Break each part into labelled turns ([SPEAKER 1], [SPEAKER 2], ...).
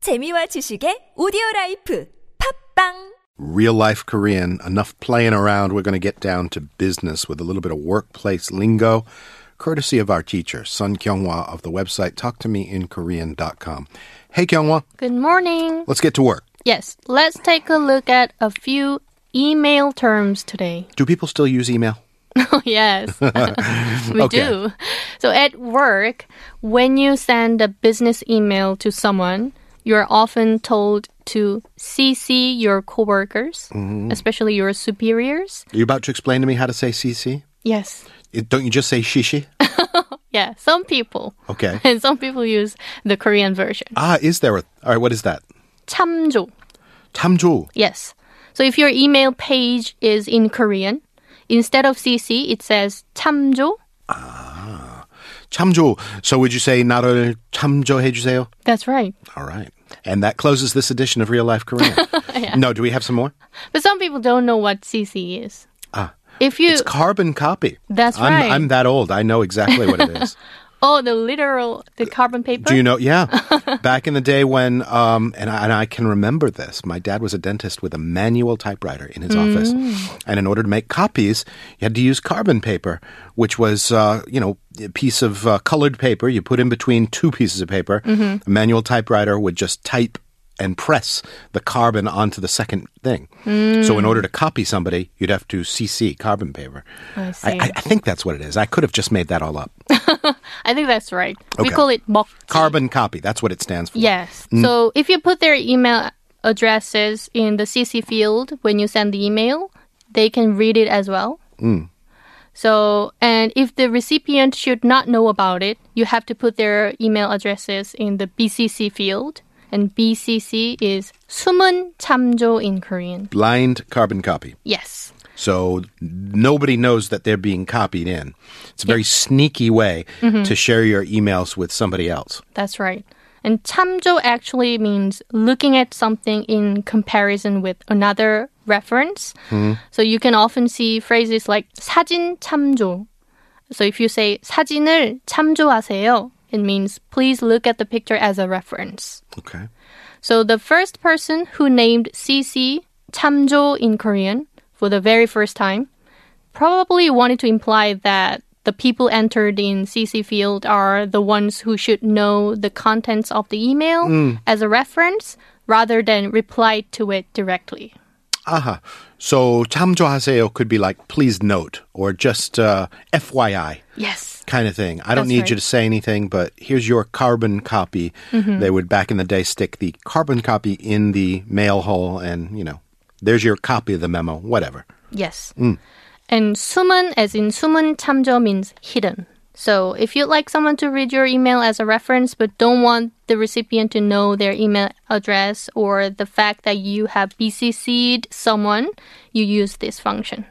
[SPEAKER 1] 재미와 지식의 오디오 라이프 팝빵
[SPEAKER 2] real life Korean, enough playing around. We're going to get down to business with a little bit of workplace lingo, courtesy of our teacher, Sun Kyunghwa of the website talktomeinkorean.com. Hey Kyunghwa,
[SPEAKER 3] Good morning.
[SPEAKER 2] let's get to work.
[SPEAKER 3] Yes, let's take a look at a few email terms today.
[SPEAKER 2] Do people still use email?
[SPEAKER 3] Oh, yes, we
[SPEAKER 2] Okay.
[SPEAKER 3] do. So at work, when you send a business email to someone, you're often told to CC your coworkers, especially your superiors.
[SPEAKER 2] Are you about to explain to me how to say CC?
[SPEAKER 3] Yes.
[SPEAKER 2] It, don't you just say shishi?
[SPEAKER 3] Yeah, some people.
[SPEAKER 2] Okay.
[SPEAKER 3] And some people use the Korean version.
[SPEAKER 2] ah, is there a. All right, what is that?
[SPEAKER 3] 참조.
[SPEAKER 2] Tamju.
[SPEAKER 3] Yes. So if your email page is in Korean, instead of CC, it says 참조.
[SPEAKER 2] Chamjo. So would you say 나를 참조해 주세요?
[SPEAKER 3] That's right.
[SPEAKER 2] All right. And that closes this edition of Real Life Korean. No, do we have some more?
[SPEAKER 3] But some people don't know what CC is.
[SPEAKER 2] Ah.
[SPEAKER 3] If you
[SPEAKER 2] It's carbon copy.
[SPEAKER 3] That's
[SPEAKER 2] I'm,
[SPEAKER 3] right.
[SPEAKER 2] I'm that old. I know exactly what it is.
[SPEAKER 3] oh the literal the carbon paper.
[SPEAKER 2] Do you know? Yeah. Back in the day when, um, and, I, and I can remember this, my dad was a dentist with a manual typewriter in his
[SPEAKER 3] Mm.
[SPEAKER 2] office. And in order to make copies, you had to use carbon paper, which was, uh, you know, a piece of uh, colored paper you put in between two pieces of paper.
[SPEAKER 3] Mm-hmm.
[SPEAKER 2] A manual typewriter would just type and press the carbon onto the second thing. So in
[SPEAKER 3] Mm.
[SPEAKER 2] order to copy somebody, you'd have to CC carbon paper. I,
[SPEAKER 3] I see.
[SPEAKER 2] I, I think that's what it is. I could have just made that all up.
[SPEAKER 3] I think that's right.
[SPEAKER 2] Okay.
[SPEAKER 3] We call it mok.
[SPEAKER 2] Carbon copy. That's what it stands for.
[SPEAKER 3] Yes. So if you put their email addresses in the CC field when you send the email, they can read it as well. So, and if the recipient should not know about it, you have to put their email addresses in the BCC field. And BCC is 숨은 참조 in Korean.
[SPEAKER 2] Blind carbon copy.
[SPEAKER 3] Yes.
[SPEAKER 2] So nobody knows that they're being copied in. It's a very sneaky way
[SPEAKER 3] Mm-hmm.
[SPEAKER 2] to share your emails with somebody else.
[SPEAKER 3] That's right. And 참조 actually means looking at something in comparison with another reference. So you can often see phrases like 사진 참조. So if you say 사진을 참조하세요, it means please look at the picture as a reference.
[SPEAKER 2] Okay.
[SPEAKER 3] So the first person who named CC 참조 in Korean for the very first time probably wanted to imply that the people entered in CC field are the ones who should know the contents of the email as a reference rather than reply to it directly.
[SPEAKER 2] Aha. So 참조하세요 could be like please note or just uh, FYI
[SPEAKER 3] Yes.
[SPEAKER 2] kind of thing. I don't
[SPEAKER 3] That's
[SPEAKER 2] need
[SPEAKER 3] right. Mm-hmm.
[SPEAKER 2] you to say anything, but here's your carbon copy. They would back in the day stick the carbon copy in the mail hole and, you know, there's your copy of the memo, whatever.
[SPEAKER 3] Yes. And 숨은 as in 숨은 참조 means hidden. So if you'd like someone to read your email as a reference but don't want the recipient to know their email address or the fact that you have BCC'd someone, you use this function.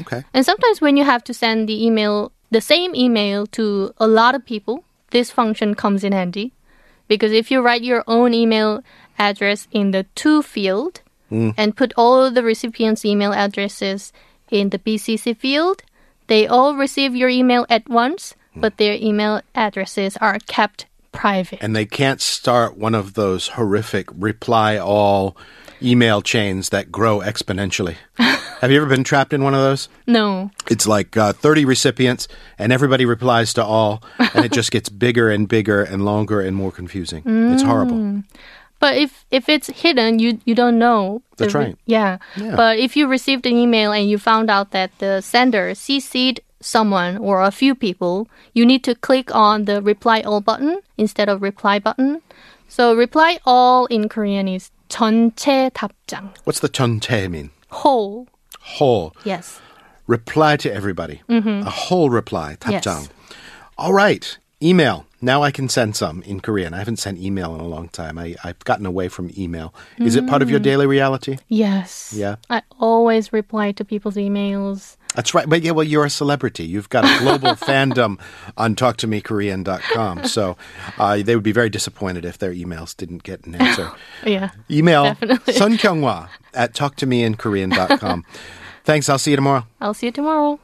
[SPEAKER 2] Okay.
[SPEAKER 3] And sometimes when you have to send the email, the same email to a lot of people, this function comes in handy. Because if you write your own email address in the to field and put all the recipients' email addresses in the BCC field, they all receive your email at once, but their email addresses are kept private.
[SPEAKER 2] and they can't start one of those horrific reply all email chains that grow exponentially. Have you ever been trapped in one of those?
[SPEAKER 3] No.
[SPEAKER 2] It's like uh, 30 recipients, and everybody replies to all, and it just gets bigger and bigger and longer and more confusing. It's horrible.
[SPEAKER 3] But if if it's hidden, you you don't know. the
[SPEAKER 2] That's right.
[SPEAKER 3] yeah.
[SPEAKER 2] Yeah.
[SPEAKER 3] But if you received an email and you found out that the sender CC'd someone or a few people, you need to click on the reply all button instead of reply button. So reply all in Korean is 전체 답장,
[SPEAKER 2] What's the chonte mean?
[SPEAKER 3] whole.
[SPEAKER 2] Whole.
[SPEAKER 3] Yes.
[SPEAKER 2] Reply to everybody. A whole reply.
[SPEAKER 3] Yes.
[SPEAKER 2] 답장. All right. Email. Now I can send some in Korean. I haven't sent email in a long time. I, I've gotten away from email. Is it part of your daily reality?
[SPEAKER 3] Yes.
[SPEAKER 2] Yeah.
[SPEAKER 3] I always reply to people's emails.
[SPEAKER 2] That's right. But yeah, well, you're a celebrity. You've got a global fandom on talktomekorean.com. So uh, they would be very disappointed if their emails didn't get an answer.
[SPEAKER 3] Yeah.
[SPEAKER 2] Email sunkyunghwa at talktomeinkorean.com. Thanks. I'll see you tomorrow.
[SPEAKER 3] I'll see you tomorrow.